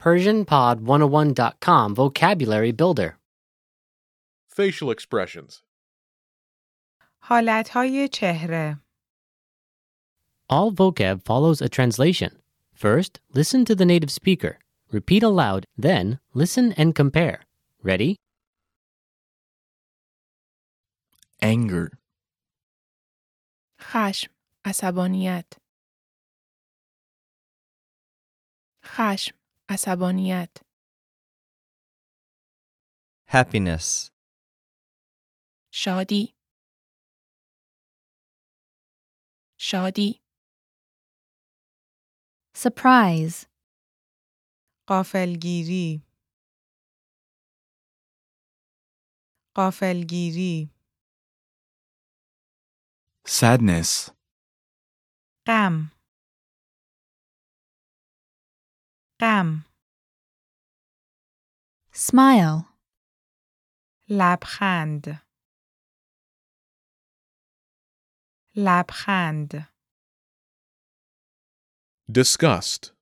PersianPod101.com Vocabulary Builder. Facial expressions. حالتهای چهره All vocab follows a translation. First, listen to the native speaker. Repeat aloud, then, listen and compare. Ready? anger, خشم عصبانیت خشم عصبانیت happiness, شادی شادی surprise, قافلگیری قافلگیری sadness, غم غم smile, لبخند لبخند Disgust.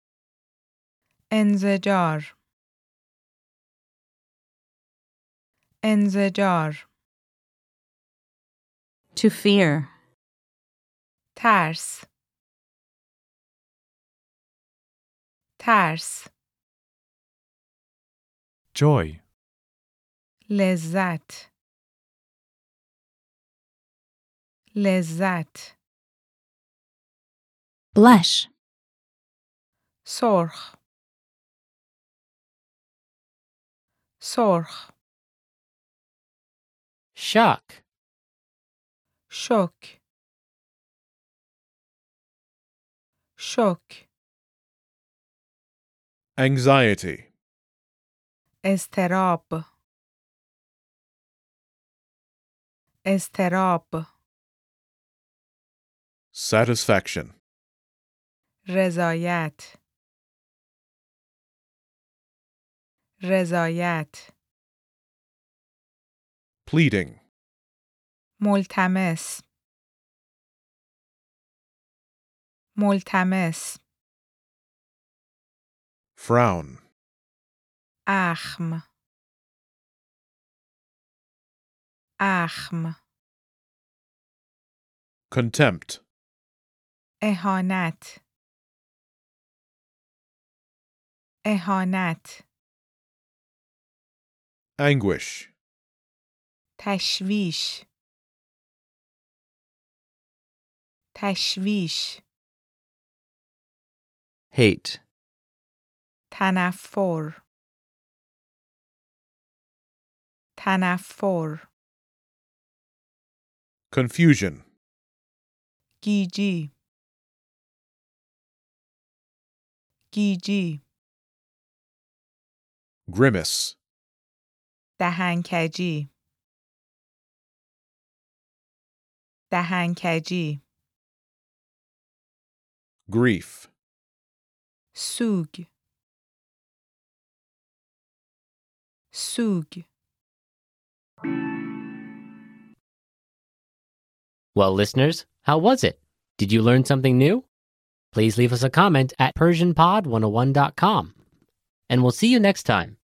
انزجار انزجار To fear. ترس ترس joy, لذت لذت blush, سرخ سرخ Shock. شک شک Anxiety. استراب استراب Satisfaction. رضایت رضایت Pleading. ملتمس ملتمس Frown. اخم اخم Contempt. اهانت اهانت Anguish. تشویش تشویش hate, تنفر تنفر Confusion. گیجی گیجی Grimace. دهنکجی دهنکجی Grief. سوگ سوگ Well, listeners, how was it? Did you learn something new? oh Please leave us a comment at PersianPod101.com. And we'll see you next time.